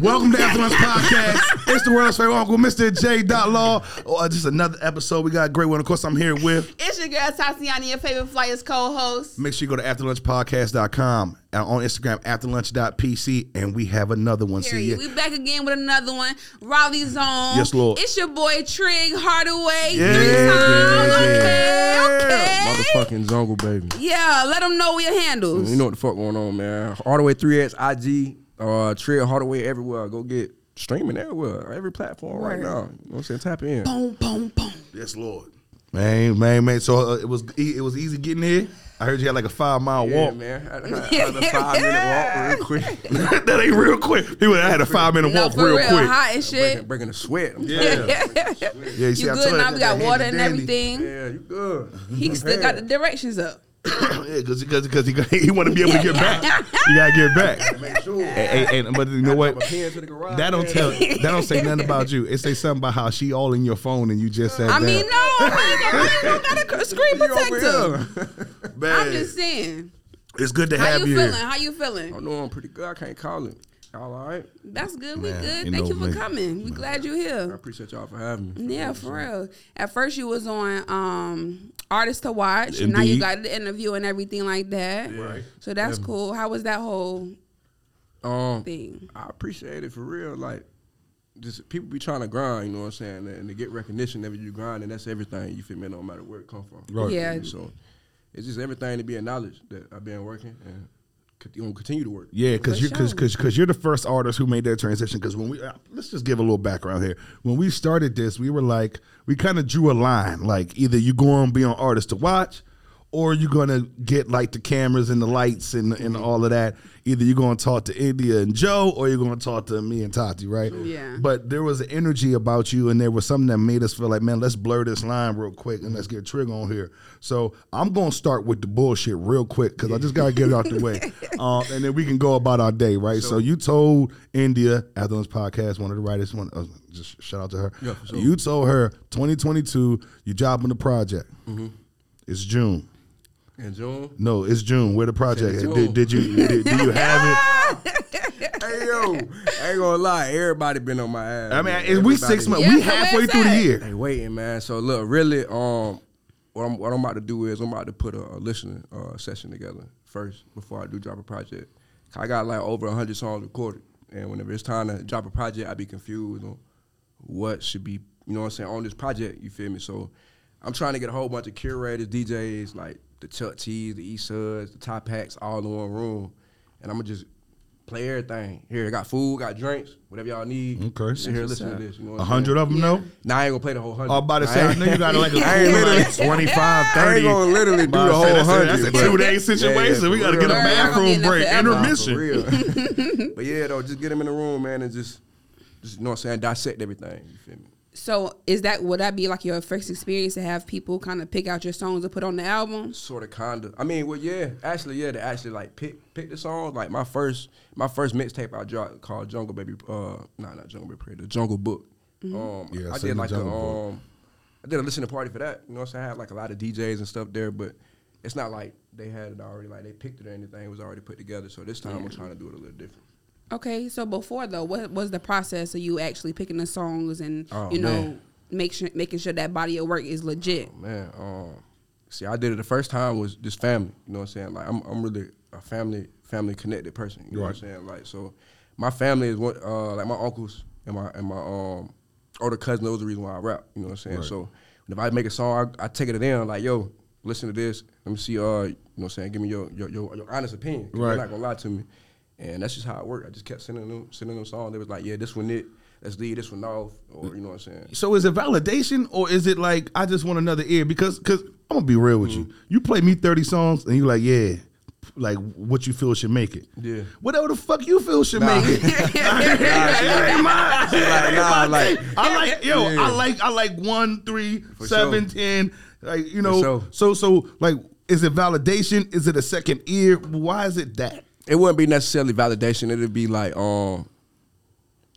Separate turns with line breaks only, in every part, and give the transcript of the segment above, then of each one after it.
Welcome to After Lunch Podcast. It's the world's favorite uncle, Mr. J. Dot Law. Oh, just another episode. We got a great one. Of course, I'm here with.
It's your girl Tatiana, your favorite flyers co-host.
Make sure you go to afterlunchpodcast.com and uh, on Instagram, afterlunch.pc, and we have another one. See
Period.
ya.
We back again with another one. Raleigh Zone.
Yes, Lord.
It's your boy Trig Hardaway.
Yeah.
Three times.
Yeah.
Okay, okay.
Motherfucking jungle baby.
Yeah, let them know your handles.
You know what the fuck going on, man. Hardaway 3X IG, uh Trail Hardaway everywhere. Go get streaming everywhere, every platform right
Word.
now. You know what I'm saying? Tap in.
Boom, boom, boom.
Yes, Lord. Man, man, man. So uh, it was e- it was easy getting here. I heard you had like a five mile
Yeah,
walk.
man. I, had a five minute walk real quick.
that ain't real quick. He went, I had a five minute
No,
walk
for
real,
real,
quick.
hot and shit.
Breaking, breaking a sweat. I'm
Yeah.
tired.
Yeah, you
You
see, I told
good
you
now?
that-
We
that
got water and
handy dandy.
everything.
Yeah, you good.
He still got the directions up.
yeah, because because he, he want to be able to get back. You gotta get back.
Make sure.
And, and, and- but you know what?
my pen to the garage,
That don't
man.
tell. That don't say nothing about you. It say something about how she all in your phone and you just said.
I
that.
mean, no, I don't got a screen
You over
protector.
here.
I'm
Man,
just saying.
it's good to
How
have
you
you.
feeling?
here.
How you feeling?
I know I'm pretty good. I can't call it. Y'all all right?
That's good. We
Man, you
good. Thank
know
you for
me.
coming. We glad you're
I
here.
appreciate y'all for having me.
Yeah, for real. At first you was on um Artist to Watch. and Now
Indeed.
you got the interview and everything like that.
Right.
So that's cool. How was that whole
Um,
thing?
I appreciate it for real. Like, just people be trying to grind, you know what I'm saying, and to get recognition every you grind, and that's everything. You feel me? No matter where it come from.
Right.
Yeah.
So it's just everything to be acknowledged that I've been working and con- gonna continue to work.
Yeah, because
For
you because
sure.
because because you're the first artist who made that transition. Because when we uh, let's just give a little background here. When we started this, we were like we kind of drew a line. Like either you going to be on artist to watch, or you're gonna get like the cameras and the lights and and all of that. Either you're gonna talk to India and Joe, or you're gonna talk to me and Tati, right?
Yeah.
But there was an energy about you, and there was something that made us feel like, man, let's blur this line real quick and let's get Trig on here. So I'm gonna start with the bullshit real quick because I just gotta get it out the way, um, and then we can go about our day, right? So, you told India after this podcast, one of the writers, one uh, just shout out to her.
Yeah, for sure.
You told her 2022, you dropping the project.
Mm-hmm.
It's June.
And June.
No, it's June. Where the project?
It's
at?
June.
Did, did you did, do you have it?
hey yo, I ain't gonna lie, everybody been on my ass.
I mean,
man.
is we six
Everybody-
months.
Yeah,
we
so where
halfway
it's
through the
at?
year.
They waiting, man. So look, really, um, what I'm what I'm about to do is I'm about to put a, a listening uh, session together first before I do drop a project. 'Cause I got like over hundred songs recorded, and whenever it's time to drop a project, I be confused on what should be, you know, what I'm saying on this project. You feel me? So I'm trying to get a whole bunch of curators, DJs, like the Chuck T's, the E Suds, the Top Hacks, all in one room, and I'm gonna just. Play everything. Here, I got food, got drinks, whatever y'all need.
Okay.
Sit here and
That's
listen to
what's up.
this. You know what
A
I'm
hundred
saying?
of them, no.
Now I ain't gonna play the whole hundred.
I was about to say, I know you got like a
I ain't
pool of
literally-
like 25, 30.
I ain't gonna literally do
About to
the
say
whole
that's a-
hundred.
That's
but-
a two day situation.
Yeah,
we
for
got to get a
real.
Right, I'm
bathroom
getting that
break,
forever.
Nah, for
intermission.
real. but yeah, though, just get him in the room, man, and just, just you know what I'm saying, dissect everything. You feel me?
So is that would that be like your first experience to have people kind of pick out your songs to put on the album?
Sort of, kinda. I mean, well, yeah, actually, yeah, to actually like pick pick the song. Like my first my first mixtape I dropped called Jungle Baby. Uh, nah, not Jungle Baby Prayer, the Jungle Book. Um,
Yeah, I
I
seen the
did like a,
Jungle Book.
um, I did a listening party for that. You know, what I'm saying I had like a lot of DJs and stuff there, but it's not like they had it already. Like they picked it or anything. It was already put together. So this time I'm trying to do it a little different.
Okay, so before though, what was the process of you actually picking the songs and
Oh,
you know
man.
make sure making sure that body of work is legit?
man. Um, see, I did it the first time was just family. You know what I'm saying? Like I'm, I'm really a family, family connected person. You know what I'm saying? Like so, my family is what, uh, like my uncles and my and my um older cousin. Those are the reason why I rap. You know what I'm saying? So if I make a song, I, I take it to them. Like yo, listen to this. Let me see. Uh, you know what I'm saying? Give me your your your, your honest opinion. 'Cause
Right.
They're not gonna lie to me. And that's just how it worked. I just kept sending them sending them songs. They was like, yeah, this one it. Let's leave this one off, or you know what I'm saying.
So is it validation or is it like I just want another ear? Because because I'm gonna be real with
Mm.
you. You play me 30 songs and you like, yeah, like what you feel should make it.
Yeah.
Whatever the fuck you feel should
Nah.
make it. It ain't mine.
like, nah, like-
I like yo,
Yeah.
I like I like one, three, seven, ten.
For
Like, you know,
sure.
so so like is it validation? Is it a second ear? Why is it that?
it wouldn't be necessarily validation. It'd be like um,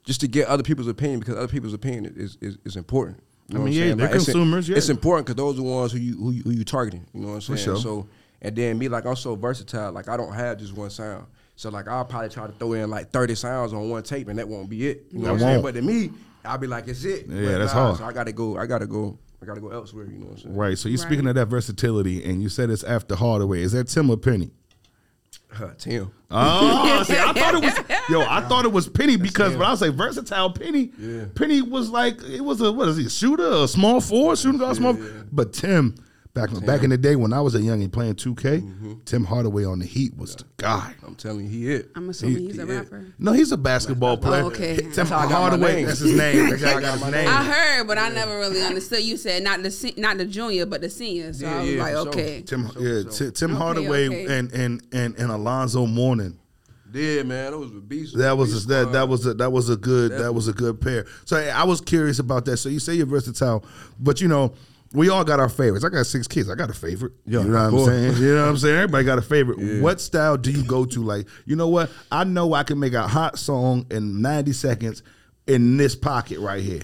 just to get other people's opinion because other people's opinion is is, is important. You know
I mean,
what I'm
yeah,
saying?
they're
Like, it's-
consumers, yeah.
It's important because those are the ones who you who you, who you targeting. You know what I'm saying?
sure.
So and then me like I'm so versatile. Like I don't have just one sound. So like I'll probably try to throw in like 30 sounds on one tape and that won't be it. You know what I'm
That won't.
saying? But to me, I'll be like, it's it.
Yeah,
But
that's
nah,
hard.
So I gotta go, I gotta go, I gotta go elsewhere, you know what I'm saying?
Right. So you're
Right.
speaking of that versatility, and you said it's after Hardaway. Is that Tim or Penny?
Huh, Tim.
Oh, see, I thought it was yo. I thought it was Penny because
him.
when I say versatile Penny,
Yeah.
Penny was like it was a what is he a shooter, a small four, shooting guard, small.
Yeah.
But Tim, back back in the day when I was a youngin playing 2K, Tim Hardaway on the Heat was the guy.
I'm telling you, he it.
I'm assuming he's a rapper.
No, he's a basketball player.
okay.
Tim
That's
how I got my
Hardaway,
name.
that's his name. That's how I got
That's how
his
I got my
name.
I heard, but I never really understood. You said not the se- not the junior, but the senior. So
Yeah,
I was
yeah,
like,
for sure.
okay.
Tim, yeah, Ti- Tim
Okay,
Hardaway
okay.
and and and and Alonzo Mourning.
Yeah, man, that was a beast.
That was
beast
a, that
squad.
that was a, that was a good that was a good pair. So hey, I was curious about that. So you say you're versatile, but you know we all got our favorites. I got six kids. I got a favorite.
Yeah,
you know what
of
I'm
course.
saying? You know what I'm saying? Everybody got a favorite. What style do you go to? Like you know what? I know I can make a hot song in 90 seconds in this pocket right here.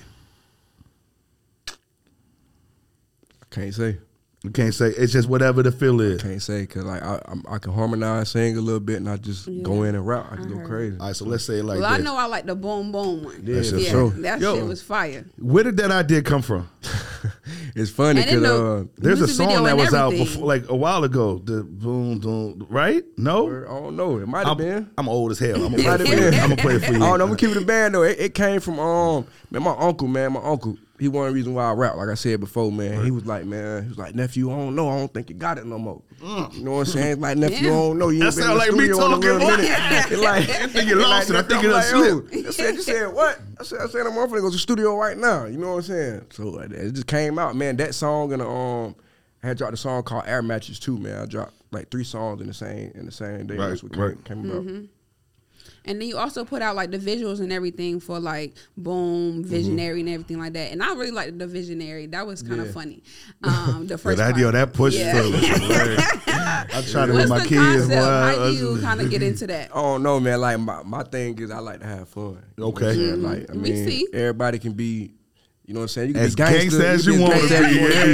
I can't say.
You can't say it's just whatever the feel is.
Can't say because like I I'm, I can harmonize, sing a little bit, and I just go in and rap. I just
I
go
heard.
crazy.
All right, so let's say it like
Well, I
this.
know I like the boom boom one.
Yeah, for
yeah,
sure.
that
Yo.
shit was fire.
Where did that idea come from?
it's funny
And in
because uh,
the
There's a
music video
song that
and
was out
everything.
before, like a while ago. The boom, boom, right? No,
I don't know. It might have
I'm,
been.
I'm old as hell. I'm
It
gonna
might
play it for you.
have been.
I'm gonna play it for you.
Oh, no, I'm gonna keep it a band though. It, it came from um man, my uncle, man, my uncle. He one reason why I rap, like I said before, man. He was like, man, he was like, nephew, I don't know, I don't think you got it no more. You know what I'm saying? Like nephew, I don't know, you ain't
Mm. That sound
been in the
like me
studio in a
talking,
little
boy.
minute. It like,
I think you lost it. I think
I'm
it
like,
done
yo. I said, you said what? I said, I said I'm off to go to the studio right now. You know what I'm saying? So uh, it just came out, man. That song and um, I had dropped a song called Air Matches too, man. I dropped like three songs in the same in the same day.
Right,
That's what
right.
came, came about.
And then you also put out like the visuals and everything for like Boom,
Mm-hmm.
Visionary, and everything like that. And I really liked the Visionary. That was kind of
Yeah.
funny. Um, the
Yo,
first
that,
part.
yo, that push
Yeah.
through. I'm trying to with
What's
my
the
kids.
concept?
boy. uh,
How
I-
do you kind of get into that?
I don't know, man. Like my, my thing is I like to have fun. You know what I'm
Okay.
saying? Like I
We
mean,
see.
everybody can be, you know what I'm saying? You can
As
be gangster,
gangsta as
can
you
be
wanna
gangsta
be,
as you wanna
yeah.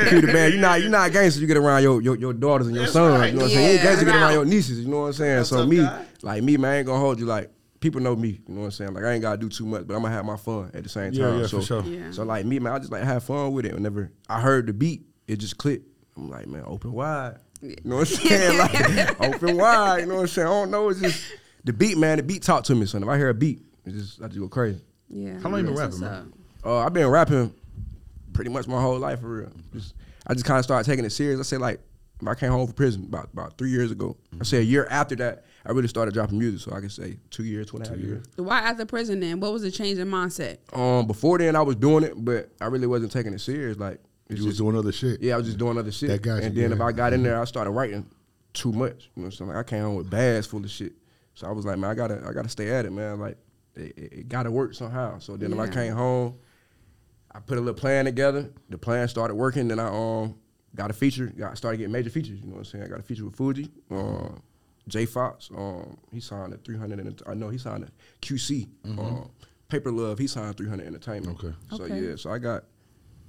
You can be the man. You're not you not gangster. You get around your your, your daughters and your
That's
sons.
right.
You know what I'm saying? You ain't
Yeah.
gangster. You get around
Right.
your nieces. You know what I'm saying?
That's
so
up,
me,
guy.
like me, man, I ain't gonna hold you. Like people know me. You know what I'm saying? Like I ain't gotta do too much, but I'm gonna have my fun at the same
Yeah,
time.
yeah,
so
for sure.
Yeah.
so like me, man, I just like have fun with it. Whenever I heard the beat, it just clicked. I'm like, man, open wide. You know what I'm saying? Like open wide. You know what I'm saying? I don't know. It's just the beat, man. The beat talk to me, son. If I hear a beat, it just I just go crazy.
Yeah.
How long you been
that's
rapping,
what's
man?
up.
Uh, I've been rapping pretty much my whole life for real. Just, I just kind of started taking it serious. I say like when I came home from prison about about three years ago. I say a year after that, I really started dropping music. So I can say two years, two and a half years.
Why after prison then? What was the change in mindset?
Um, before then I was doing it, but I really wasn't taking it serious. Like it's
You was
just-
doing other shit.
yeah, I was just doing other shit.
That got
and
you,
then if
yeah.
I got in there, I started writing too much. You know what I'm saying? Like I came home with bags full of shit. So I was like, man, I gotta, I gotta stay at it, man. Like it, it, it gotta work somehow. So then when I
Yeah.
came home, I put a little plan together. The plan started working. Then I um got a feature. Got started getting major features. You know what I'm saying? I got a feature with Fuji. Um, J Fox. Um, he signed at 300. And I know he signed at QC. Um, Paper Love. He signed 300 Entertainment.
Mm-hmm. Okay.
So
Okay.
yeah. So I got.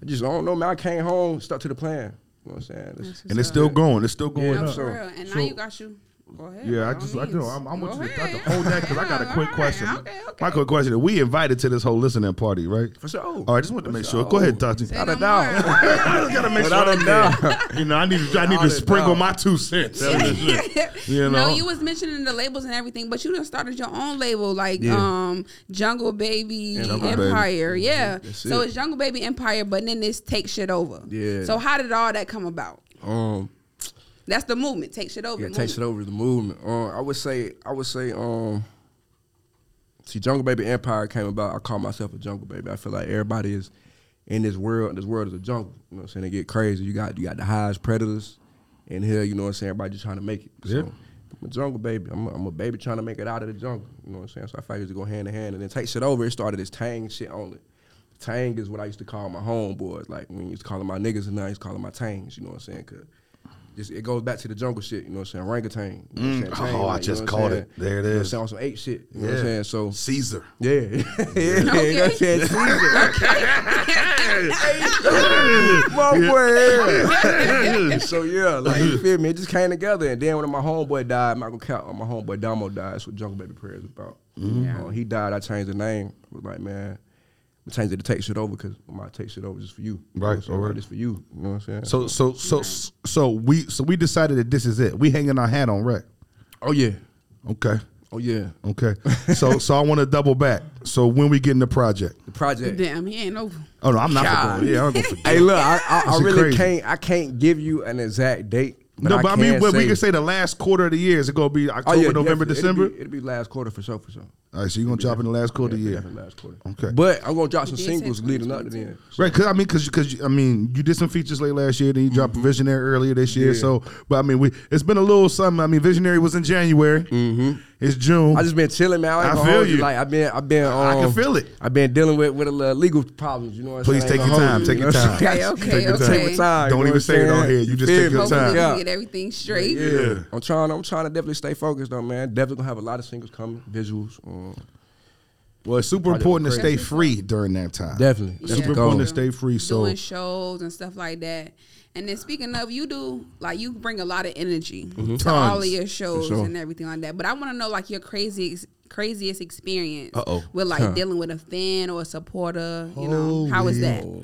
I just I don't know, man. I came home, stuck to the plan. You know what I'm saying? That's-
That's
And it's still going. It's still going
Yeah,
No,
up.
so-
for real. And
so-
now you got you. Go ahead.
Yeah, I
by
just
all
I know
means.
I'm, I'm with
Go
you. I
ahead.
can hold that because I got a quick
All right.
question.
Okay, okay.
My quick question: We invited to this whole listening party, right?
For sure.
All right, just wanted to
For
make sure.
sure.
Go ahead, Tati.
Say
I
no
just
more.
gotta make sure
Without a
I'm
Oh.
there. You know, I need to, I need
Without
to
a
sprinkle
doubt.
my two cents. You know?
No, you was mentioning the labels and everything, but you done started your own label like
Yeah.
um Jungle Baby
Jungle Baby.
Empire. Yeah.
That's
So
it.
it's Jungle Baby Empire, but then it's Take Shit Over.
Yeah.
So how did all that come about?
Um,
That's the movement. Take Shit Over.
yeah, takes it
movement.
over the movement. Uh, I would say, I would say, um, see, Jungle Baby Empire came about. I call myself a Jungle Baby. I feel like everybody is in this world. and This world is a jungle. You know what I'm saying? They get crazy. You got you got the highest predators in here. You know what I'm saying? Everybody just trying to make it. So,
Yeah.
I'm a jungle baby. I'm a, I'm a baby trying to make it out of the jungle. You know what I'm saying? So I figured to go hand in hand, and then take shit over. It started as Tang shit only. Tang is what I used to call my homeboys. Like when you used to call them my niggas, and now I used to call them my Tangs. You know what I'm saying? 'Cause Just, it goes back to the jungle shit, you know what I'm saying? Orangutan. You know what I'm
Mm.
saying?
Oh, I
you know
just
what
caught
I'm
it. There it
You know what I'm
is.
saying? On some ape shit. You know what I'm saying? So
Caesar.
yeah. yeah. You know what I'm saying? My boy, yeah. so yeah, like you feel me? It just came together, and then when my homeboy died, Michael Cal, my homeboy Damo died. That's what Jungle Baby Prayer is about.
Mm-hmm.
Uh, he died. I changed the name. I was like, man, I changed it to Take Shit Over because my Take Shit Over is for you. You know
Right,
what I'm saying?
alright.
It's for you. You know what I'm saying?
So so so so we so we decided that this is it. We hanging our hat on rec.
oh yeah,
Okay.
oh yeah.
Okay. So so I want to double back. So when we get in the project?
The project.
Damn, he ain't over.
Oh no, I'm not
God.
going. Yeah, I'm going to forget.
Hey, look, I, I, I
Shit
really
crazy.
can't. I can't give you an exact date. But
no, but I mean,
can
but we
say- Oh,
can say Oh, the last quarter of the year is it gonna be October, November,
definitely.
December?
It'll be, it'll be last quarter for sure, for sure.
All right, so you are gonna drop in the last quarter of the
Yeah,
year,
definitely last quarter.
Okay.
But I'm gonna drop some
He did say
singles leading up to then.
right? Because I mean, because because I mean, you did some features late last year, then you dropped Visionary earlier this year. So, but I mean, we it's been a little something. I mean, Visionary was in January. Mm-hmm. It's June.
I just been chilling, man. I, ain't
I
gonna
feel
hold you.
you.
Like I've been, I've been. Um,
I can feel it.
I've been dealing with with a little legal problems. You know. What I'm
Please
saying?
take
I ain't
your
gonna hold
time,
you,
take your
you know?
time.
Okay, okay,
your
okay.
time.
Take your time.
Don't
you know
even
what
say it on
I'm
here.
saying?
You just take
feel
your
me?
Hopefully we
time.
can
Yeah.
get everything straight.
Yeah. I'm trying. I'm trying to definitely stay focused though, man. Definitely gonna have a lot of singles coming, visuals. Um,
Well, it's super
Project
important to stay
Crazy.
free during that time.
definitely.
It's
That's
super
the goal.
important to stay free. So
doing shows and stuff like that. And then speaking of, you do like you bring a lot of energy to all of
Mm-hmm. Tons.
your shows
sure.
and everything like that. But I want to know like your crazy craziest experience
Uh-oh.
with like
Huh.
dealing with a fan or a supporter. You know how was that?
Oh,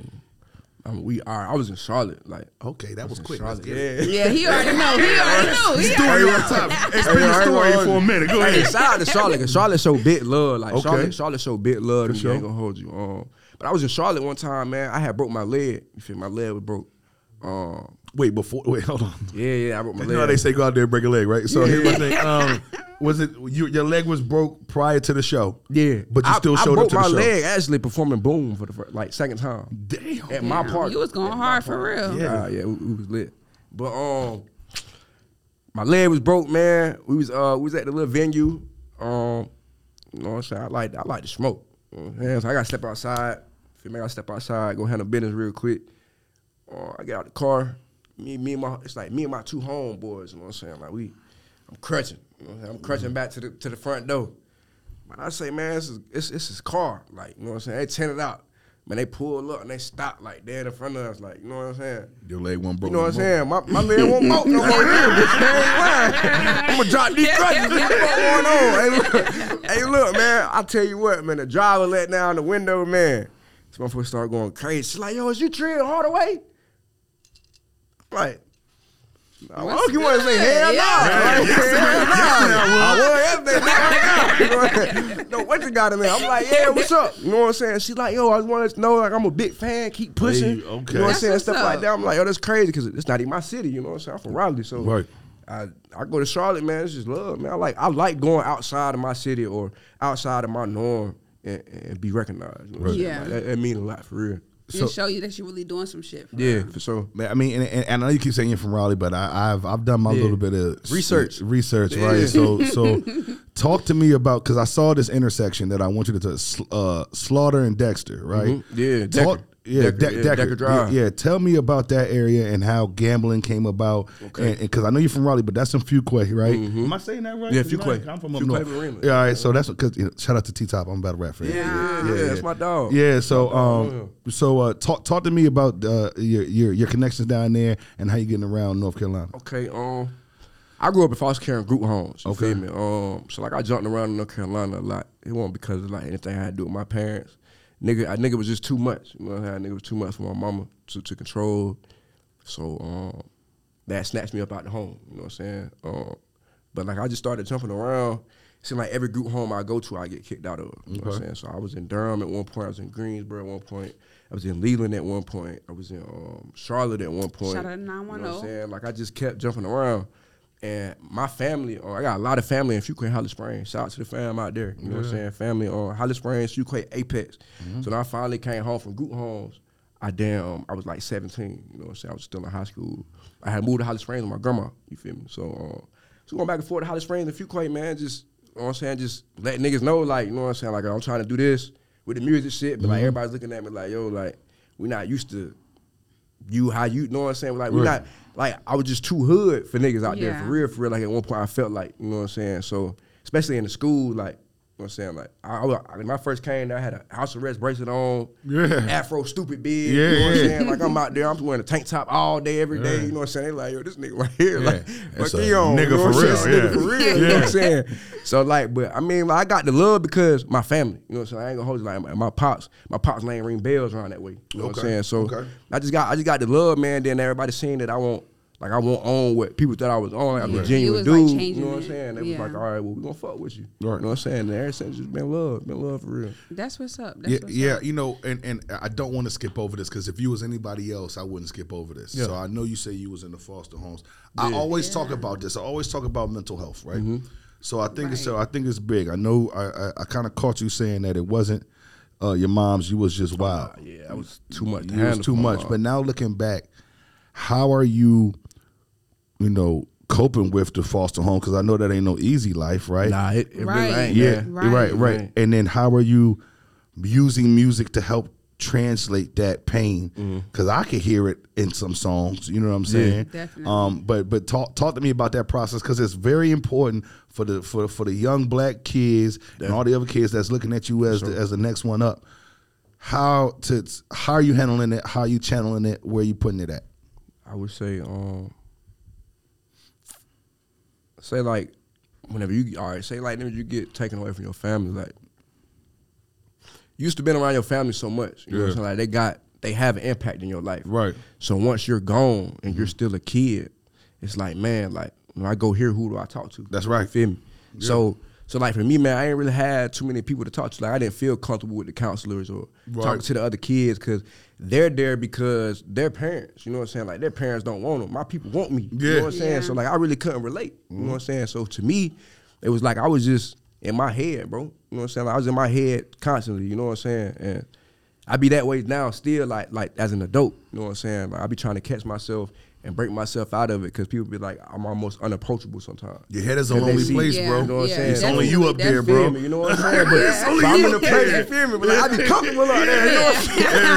I mean, we are. I was in Charlotte, like. oh,
okay, that was quick. Let's
Charlotte.
get it.
Yeah.
Yeah, he already know. He already knew. He
Story
already
on
know.
top. Explain the story for a minute. Go
Hey,
ahead.
shout out to Charlotte. 'cause Charlotte show big love. Like
Okay.
Charlotte, Charlotte show big love. To me.
sure.
I ain't gonna hold you. Um, but I was in Charlotte one time, man. I had broke my leg. You feel me? my leg was broke. Um,
Wait, before wait, hold on.
yeah, yeah, I broke my
You
leg.
know how they say go out there and break a leg, right? So here's my thing. Um, was it you, your leg was broke prior to the show?
yeah,
but you
I-
still
I
showed
broke
up to
my
the show.
leg actually performing Boom for the first, like second time
Damn.
at my park.
You was going
At my
hard for
park.
real.
Yeah.
Yeah, yeah, we, we was lit. But um, my leg was broke, man. We was uh, we was at the little venue. Um, you know what I'm saying? I like I like to smoke. You know what I'm saying? So I gotta step outside. Feel me? I gotta step outside, go handle business real quick. Uh, I get out the car. Me, me and my it's like me and my two homeboys. You know what I'm saying? Like we, I'm crutching. You know what I'm, saying? I'm crutching back to the to the front door. Man, I say, man, this is this, this is car. Like you know what I'm saying? They tint it out. Man, they pull up and they stop like dead in front of us. Like you know what I'm saying?
Your leg wasn't
You
broke.
know what I'm
no more.
saying? My, my leg won't broke no more. Either, bitch. Man, ain't lying. I'm gonna drop these crutches. What the fuck going on? Hey look, hey, look, man. I tell you what, man. The driver let down the window, man. So my first start going crazy. She's like, "Yo, is you Trill Hardaway?" I'm like. I
What's
you want to say
good?
hell no.
Yeah.
Like, hell no. I was everything. No, what you got in there? I'm like, yeah, what's up? You know what I'm saying? She's like, yo, I want to know, like, I'm a big fan. Keep pushing.
Hey, okay.
You know what I'm
That's
saying?
what's
Stuff
up.
like that. I'm like, yo, that's crazy because it's not even my city. You know what I'm saying? I'm from Raleigh, so
Right.
I I go to Charlotte, man. It's just love, man. I like I like going outside of my city or outside of my norm and, and be recognized. You know what I'm saying?
Yeah.
Like, that, that means a lot for real.
Just show you that you're really doing some shit. For
Yeah, for sure.
Man, I mean, and, and, and I know you keep saying you're from Raleigh, but I, I've I've done my
Yeah.
little bit of s-
Research.
research,
Yeah.
right? So, so talk to me about because I saw this intersection that I want you to touch, sl- uh, Slaughter and Dexter, right?
Mhm. Yeah, Decker.
Talk, yeah,
Decker,
Deck-
yeah,
Decker.
Decker Drive.
Yeah, yeah, tell me about that area and how gambling came about.
Okay. Mm-hmm.
and because I know you're from Raleigh, but that's in Fuquay, right? Am I saying that right?
Yeah,
'Cause you know,
Fuquay.
I'm from up
Fuquay
north.
Marina.
Yeah, all right. So that's because you know, shout out to T Top. I'm about to rap for you.
Yeah, yeah, that's my dog.
Yeah, so um, so uh, talk talk to me about uh, your your your connections down there and how you getting around North Carolina.
Okay, um, I grew up in foster care and group homes. You
Okay.
feel me? Um, so like I jumped around in North Carolina a lot. It wasn't because of like anything I had to do with my parents. Nigga, I nigga was just too much. You know how nigga was too much for my mama to, to control. So um, that snatched me up out the home. You know what I'm saying? Um, but like I just started jumping around. Seemed like every group home I go to, I get kicked out of. You know what I'm saying? So I was in Durham at one point. I was in Greensboro at one point. I was in Leland at one point. I was in um, Charlotte at one point.
Shout out to oh.
You know what I'm
910.
saying? saying? Like I just kept jumping around. And my family, or I got a lot of family in Fuquay, Holly Springs. Shout out to the fam out there. You know what I'm saying? Family on Holly Springs, Fuquay, Apex.
Mm-hmm.
So when I finally came home from group homes, I damn, I was like 17. You know what I'm saying? I was still in high school. I had moved to Holly Springs with my grandma. You feel me? So, um, so going back and forth to Holly Springs and Fuquay, man, just you know what I'm saying? Just let niggas know, like, you know what I'm saying? Like I'm trying to
Mm-hmm.
do this with the music shit, but like everybody's looking at me like, yo, like we not used to you how you, you know what I'm saying? Like we're
Right.
not like I was just too hood for niggas out there
Yeah.
for real, for real. Like at one point I felt like, you know what I'm saying? So especially in the school, like you know what I'm saying, like I, I, was- I- when I first came, there, I had a house arrest bracelet on,
Yeah.
afro stupid beard.
Yeah,
you know what
yeah.
I'm saying? Like I'm out there, I'm wearing a tank top all day, every day. You know what I'm saying? They like, yo, this nigga right here,
Yeah.
like,
That's
fuck
a
you on,
nigga
you know
for
what I'm saying?
real, yeah.
This nigga for real. You know what I'm saying? So like, but I mean, like, I got the love because my family. You know what I'm saying? I ain't gonna hold you like my, my pops. My pops name ring bells around that way. You know what I'm
Okay,
saying? So
okay.
I just got I just got the love, man. Then everybody seen that I won't like I won't own what people thought I was on. Like, I'm
Yeah.
a
You
genuine
was, like,
dude. you
changing
know what I'm
it.
saying? They
Yeah.
was like, all right, well, we gonna fuck with you. You
Right.
know what I'm saying? And ever since it's been love, been love for real.
That's what's up. That's
Yeah,
what's
yeah,
up.
you know, and, and I don't want to skip over this because if you was anybody else, I wouldn't skip over this. So I know you say you was in the foster homes. I always talk about this. I always talk about mental health, right? So I think it's so I think it's big. I know I I, I kind of caught you saying that it wasn't uh, your mom's. You was just wild.
Yeah, that was too much. to
It was
handle
too
for my
much.
mom.
But now looking back, how are you, you know, coping with the foster home? Because I know that ain't no easy life, right?
nah, it, it
Right.
really ain't.
Yeah,
man.
right, right,
Right.
And then how are you using music to help translate that pain? Because I could hear it in some songs. You know what I'm saying?
Definitely.
Um, but but talk talk to me about that process because it's very important for the for for the young black kids and all the other kids that's looking at you as the, as the next one up. How to how are you handling it? How are you channeling it? Where you putting it at?
I would say, um, say like, whenever you all right, say like, whenever you get taken away from your family, like, you used to been around your family so much, you know what
Yeah.
I'm saying? Like, they got, they have an impact in your life,
Right. Mm-hmm.
So once you're gone and you're still a kid, it's like, man, like when I go here, who do I talk to?
That's right.
You feel me? So, so like for me, man, I ain't really had too many people to talk to. Like I didn't feel comfortable with the counselors or
Right.
talking to the other kids because they're there because their parents. You know what I'm saying? Like their parents don't want them. My people want me. You
Yeah. Mm-hmm.
know what I'm saying?
Yeah.
So like I really couldn't relate. You know what I'm saying? So to me, it was like I was just in my head, bro. You know what I'm saying? Like I was in my head constantly. You know what I'm saying? And I be that way now, still like like as an adult. You know what I'm saying? Like I be trying to catch myself and break myself out of it because people be like I'm almost unapproachable sometimes.
Your head is a
Yeah, they
lonely
see-
place,
yeah,
bro.
You know what I'm saying?
It's only you up there,
definitely,
bro.
Feel me, you know what I'm saying? But,
Yeah.
but I'm in the place, you feel me? But like, I be comfortable out there, you know what I'm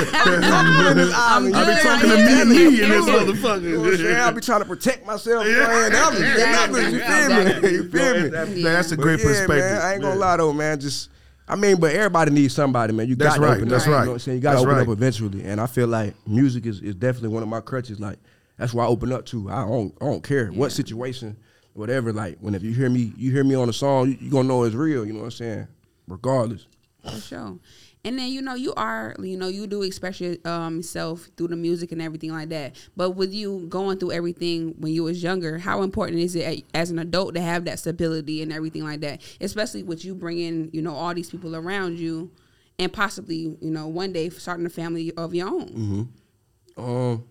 saying? comfortable in this island.
I
you
be
know what I'm
talking to
saying?
me and me and this
Yeah.
motherfucker.
You know what I'm saying? I be trying to protect myself. You know what I'm saying? I'm just getting out there, you feel me? You feel me?
That- That's a great
But yeah,
perspective.
Man, I ain't gonna lie though, man. Just I mean, but everybody needs somebody, man. You
That's
got
right,
Open
that's
up,
right.
You know what I'm saying? You gotta
That's
open
right.
up eventually. And I feel like music is, is definitely one of my crutches. Like that's why I open up to. I don't I don't care what situation, whatever. Like when if you hear me, you hear me on a song, you, you gonna know it's real. You know what I'm saying? Regardless.
For sure. And then you know you are you know you do express yourself um, self through the music and everything like that. But with you going through everything when you was younger, how important is it a- as an adult to have that stability and everything like that? Especially with you bringing you know all these people around you, and possibly you know one day starting a family of your own.
Um,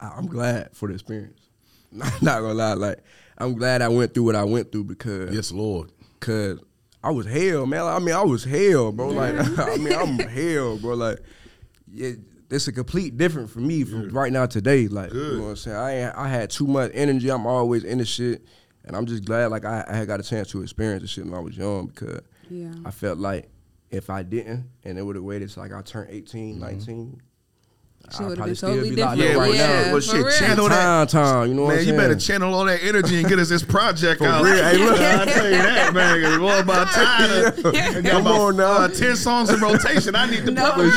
I, I'm glad for the experience. Not, not gonna lie, like I'm glad I went through what I went through because
Yes, Lord.
Cause I was hell, man. I mean, I was hell, bro. Like, I mean, I'm hell, bro. Like, yeah, it's a complete different for me from right now today. Like, you know what I'm saying? I ain't, I had too much energy. I'm always in this shit, and I'm just glad like I, I had got a chance to experience this shit when I was young because
Yeah.
I felt like if I didn't and it would have waited till like I turned 18,
Mm-hmm.
19.
She would've
I'd
been
probably still
totally
be locked
different.
up right
Yeah,
now.
Well, shit, for real.
channel that.
Time, time, you know what I'm
man, you
saying?
better channel all that energy and get us this project out.
real. Hey, look.
I tell you that, man. It's all about time.
Come on now.
uh, ten songs in rotation. I need to
No.
publish.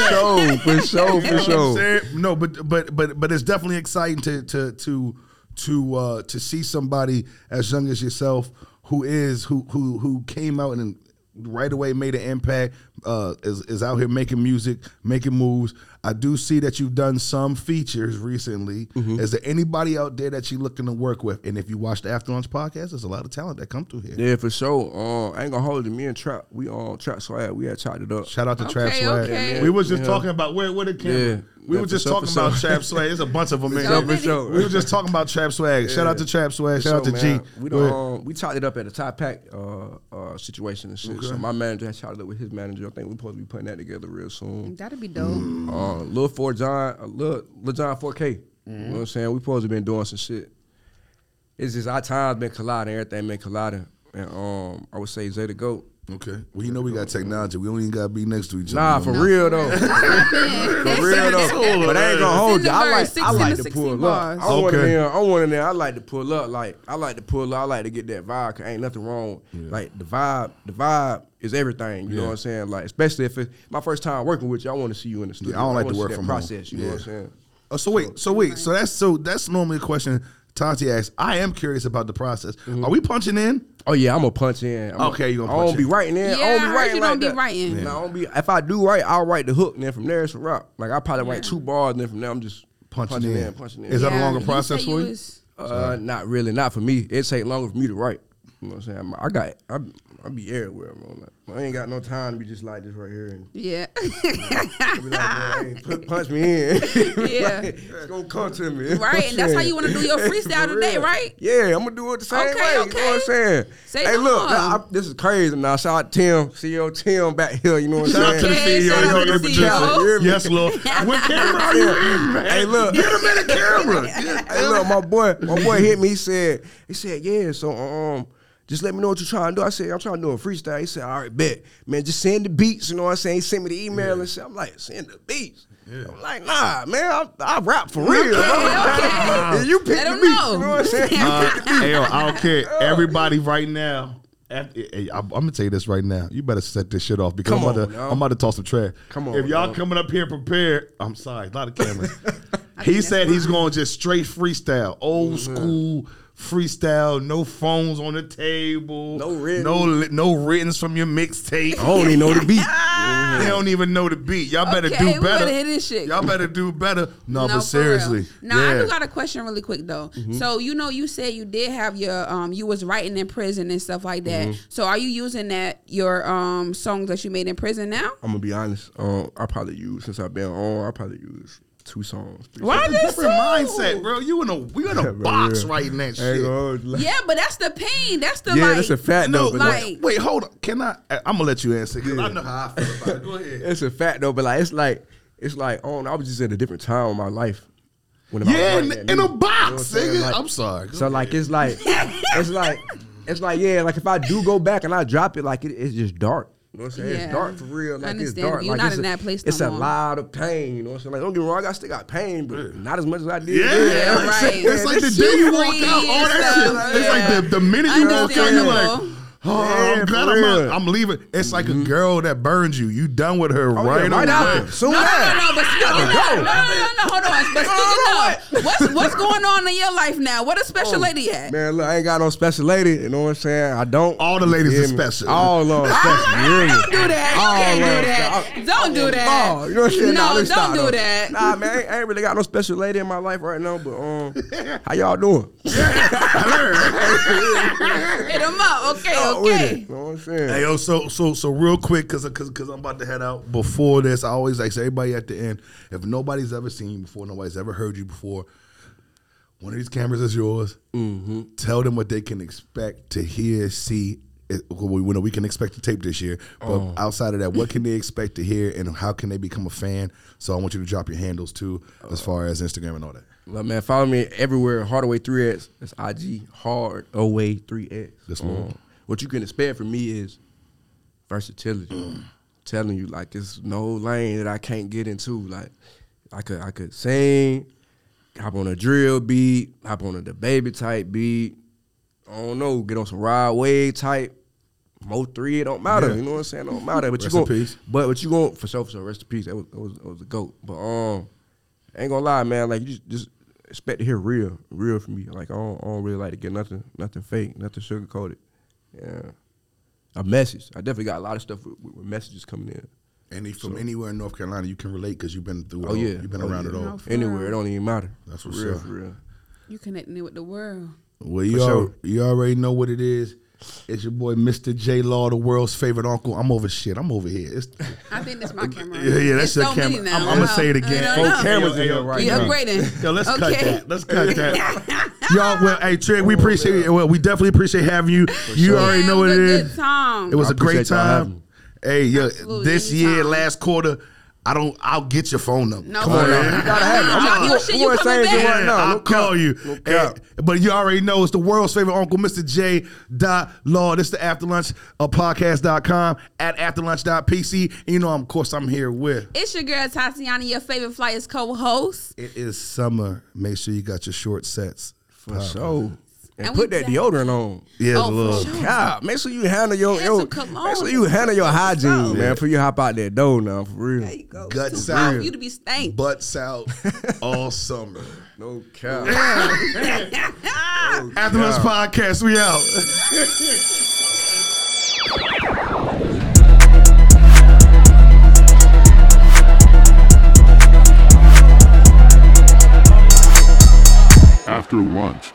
for sure, for
You
sure, for
know what I'm
sure.
saying? No, but but but but it's definitely exciting to to to to uh, to see somebody as young as yourself who is who who who came out and right away made an impact. Uh, is is out here making music, making moves. I do see that you've done some features recently.
Mm-hmm.
Is there anybody out there that you're looking to work with? And if you watch the After Lunch podcast, there's a lot of talent that come through here.
Yeah, for sure. Um, I ain't gonna hold it. Me and Trap, we on Trap Swag. We had chopped it up.
Shout out to
Okay,
Trap Swag.
okay.
We was just
Yeah.
talking about where where the camera.
Yeah.
We
Yeah,
were
for
just
sure,
talking
for
about
sure.
Trap Swag. There's a bunch of them in
sure,
here.
for
sure.
We were just talking about Trap Swag. Shout out to Trap Swag. Shout out to
So,
G.
man, We
Go ahead.
done, um, we chopped it up at the top pack uh, uh, situation and shit. So my manager had chopped it up with his manager. I think we're supposed to be putting that together real soon.
That'd be dope.
Uh, Lil Four John, uh, Lil, Lil John Four K. You know what I'm saying? We supposed to been doing some shit. It's just our times been colliding, everything been colliding, and um, I would say Zay the Goat.
Okay. Well, you know we got technology. We don't even got to be next to each other.
Nah, for real though. For real though. But I ain't gonna hold you. I like
Send
I
the
like
verse,
to
16
pull
bars.
up. I'm one of
Okay.
them. I'm one of them. I like to pull up. Like I like to pull up. I like to get that vibe. Cause ain't nothing wrong. Like the vibe. The vibe is everything. You know
Yeah.
what I'm saying? Like especially if it's my first time working with you, I want to see you in the studio.
I don't like
wanna
to
see
work
that
from home.
process. You know
Yeah.
what I'm saying?
Oh, so wait, so wait, so that's so that's normally a question Tati asks. I am curious about the process. Are we punching in?
Oh yeah, I'm gonna punch in. I'm
Okay, you gonna
I don't
punch
be
in.
writing in. I
Yeah,
don't
I
be
heard
writing
you
like
don't be
that.
writing.
No, I don't be. If I do write, I'll write the hook, and then from there it's a rap. Like I probably write two bars, and then from there I'm just
Punching
punching, in.
in.
punching in.
Is that a
Yeah,
longer
you
process
say
for you?
was-
Uh, not really, not for me. It take longer for me to write. You know what I'm saying? I'm- I got, I, I be everywhere, bro. Like, I ain't got no time to be just like this right here. And
Yeah.
be like, man, hey, put, punch me in.
Yeah.
Like, it's gonna come to me.
Right, and that's how you wanna do your freestyle
For
today,
real.
right?
Yeah, I'm gonna do it the same
Okay,
way. You know what
okay.
I'm saying?
Say
hey,
no
look,
more.
I, I, this is crazy. Now, shout out Tim, CEO Tim back here. You know what I'm
Shout out
saying?
to the
Okay,
CEO.
shout
He's
out
over
to
here
the
producing.
CEO.
Hear me?
Yes, Lord. What camera are you in, man?
Hey, look.
Get him in the camera.
hey, look, my boy, my boy hit me. He said, he said, yeah. So, um, just let me know what you're trying to do. I said, I'm trying to do a freestyle. He said, all right, bet, man. Just send the beats. You know what I'm saying? He sent me the email and shit. I'm like, send the beats. I'm like, nah, man. I, I rap for real.
okay.
And you pick
Let
the
'em
beats.
know.
You know what I'm saying?
Uh, hey, yo, I don't care. Everybody right now. after- hey, I'm, I'm gonna tell you this right now. You better set this shit off because
Come
I'm, about
on,
to,
now.
I'm about to toss some trash.
Come on,
if y'all
now.
coming up here prepared, I'm sorry, a lot of cameras.
think
he
that's
said he's going just straight freestyle, old school freestyle, no phones on the table,
No written.
no
Oh.
li- no written from your mixtape.
I don't even know the beat.
They don't even know the beat. Y'all better
Okay,
do
we better
better.
hit this shit.
Y'all better do better. No, but
No, for real.
seriously,
Now I
yeah.
do got a question really quick though.
Mm-hmm.
So you know, you said you did have your um, you was writing in prison and stuff like that.
Mm-hmm.
So are you using that your um songs that you made in prison now?
I'm gonna be honest. Um, I probably use since I've been on. I probably use two songs. three
Why
songs.
this
different
too?
mindset, bro. You in a we in a
Yeah, bro,
box
yeah.
writing that
I ain't
shit.
gonna hold you.
Yeah, but that's the pain. That's the
yeah,
like.
that's a fact
No,
though. but
like-
wait, hold on. Can I? I- I'm gonna let you answer because I know how I feel about it. Go ahead.
It's a fact though, but like it's like it's like on. I was just at a different time in my life. When I was
Yeah,
writing
in,
that
in a
music. You know
box,
what I'm
nigga.
saying? Like-
I'm sorry. Go
So like it's like it's like it's like yeah, like if I do go back and I drop it, like it, it's just dark. You know what I'm saying?
Yeah.
It's dark for real. Like it's
Understandable.
dark.
You're
like,
not
it's
in
a,
that place no
It's a
more.
lot of pain. You know what I'm saying? Like don't get me wrong, I still got pain, but not as much as I did.
Yeah,
Yeah,
It's like-
right.
It's like the
It's
day you
free
walk out, all
and
that
stuff.
shit. It's
Yeah.
like the, the minute you walk out, you're like,
Understandable.
oh,
Yeah,
I'm glad
for
I'm out.
real. Mm-hmm.
I'm leaving. It's like a girl that burns you. You done with her
Oh, yeah,
right,
right
away.
after. Soon
No, no, no,
after.
no, but speaking of, no, no, no, no, hold on. But speaking of, what's what's going on in your life now? What a special
Oh.
lady at?
Man, look, I ain't got no special lady. You know what I'm saying? I don't.
All the ladies
You
are
feel me?
special.
All of them special. you hear me?
Don't do that. You
Oh,
can't
Lord,
do that.
stop.
Don't do that.
Oh, you know what I'm saying? Nah,
No,
let me stop,
don't do
though.
that.
Nah, man, I ain't, I ain't really got no special lady in my life right now. But um, how y'all doing?
Hit him up. Okay,
Y'all with it,
okay.
You know what I'm saying?
Hey yo, so so so real quick, cause cause cause I'm about to head out. Before this, I always like say everybody at the end. If nobody's ever seen you before, nobody's ever heard you before. One of these cameras is yours.
Mm-hmm.
Tell them what they can expect to hear, see. It, we we know we can expect to tape this year, but
Oh.
outside of that, what can they expect to hear, and how can they become a fan? So I want you to drop your handles too,
Uh.
as far as Instagram and all that.
Look, man, follow me everywhere. Hardaway three X. That's IG. Hard away three X. Um,
That's one.
What you can expect from me is
Mm.
versatility. Telling you like it's no lane that I can't get into. Like I could I could sing, hop on a drill beat, hop on a the baby type beat. I don't know, get on some ride wave type. Mo three, it don't matter.
Yeah.
You know what I'm saying? It don't matter. But
Rest
you
in
gon'
peace.
But what you going for sure, for sure, rest in peace. That was that was, that was a goat. But um, I ain't gonna lie, man. Like you just, just expect to hear real, real from me. Like I don't, I don't really like to get nothing, nothing fake, nothing sugar coated. Yeah, a message. I definitely got a lot of stuff with, with, with messages coming in.
And if from anywhere in North Carolina, you can relate because you've been through. It
Oh,
all.
yeah,
you've been
Oh,
around
yeah.
it all.
No, for
Anywhere,
real.
it don't even matter.
That's
for
what's
real,
up.
for real.
You connecting it with the world.
Well, you,
For
al-
sure.
you already know what it is. It's your boy, Mr. J Law, the world's favorite uncle. I'm over shit. I'm over here. It's,
I think that's my camera.
yeah, yeah, that's
It's
your
so many
camera.
now.
I'm, gonna
Wow.
say it
I
again.
don't
Four
know.
cameras in here right
You
now.
upgrading?
Yo, let's
okay.
cut that. Let's cut that. Y'all, well, hey, Trick, we appreciate it. Well, we definitely appreciate having you. You
sure.
already know what
was
it
a
is.
Good time.
It was
I
a great
appreciate y'all having me.
time. Hey, yo,
Absolutely,
this year,
anytime.
last quarter, I don't. I'll get your phone number.
No,
Come on,
no,
now.
no,
You gotta have it.
no,
I'm
no,
on.
you shit, you coming back.
Yeah,
No,
I'll
no
call
cap.
you.
No cap.
And- but you already know it's the world's favorite uncle, Mr. J. Dot Law. This the After Lunch uh, podcast.com at afterlunch.pc. And you know, I'm, of course, I'm here with.
It's your girl Tatiana, your favorite flyers co-host.
It is summer. Make sure you got your short sets.
For sure. And,
And
put
we
that
back.
deodorant on.
Yeah,
Oh,
a
for
little.
sure.
God, make sure you handle your,
And
your
some cologne.
make sure you handle your hygiene,
Yeah.
man. Before you hop out that door now, for real.
There you go.
Guts
Too
out.
hot for You to be stank.
Butts out all summer.
No cap.
After Lunch podcast, we out.
After lunch.